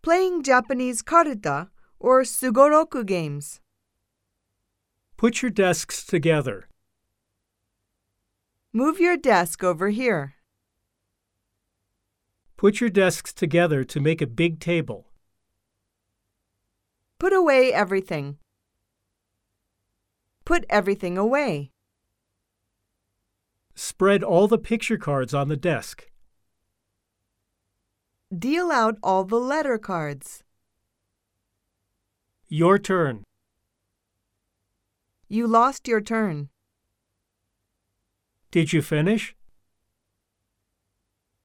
playing Japanese karuta or sugoroku games. Put your desks together. Move your desk over here. Put your desks together to make a big table. Put away everything. Put everything away. Spread all the picture cards on the desk. Deal out all the letter cards. Your turn. You lost your turn. Did you finish?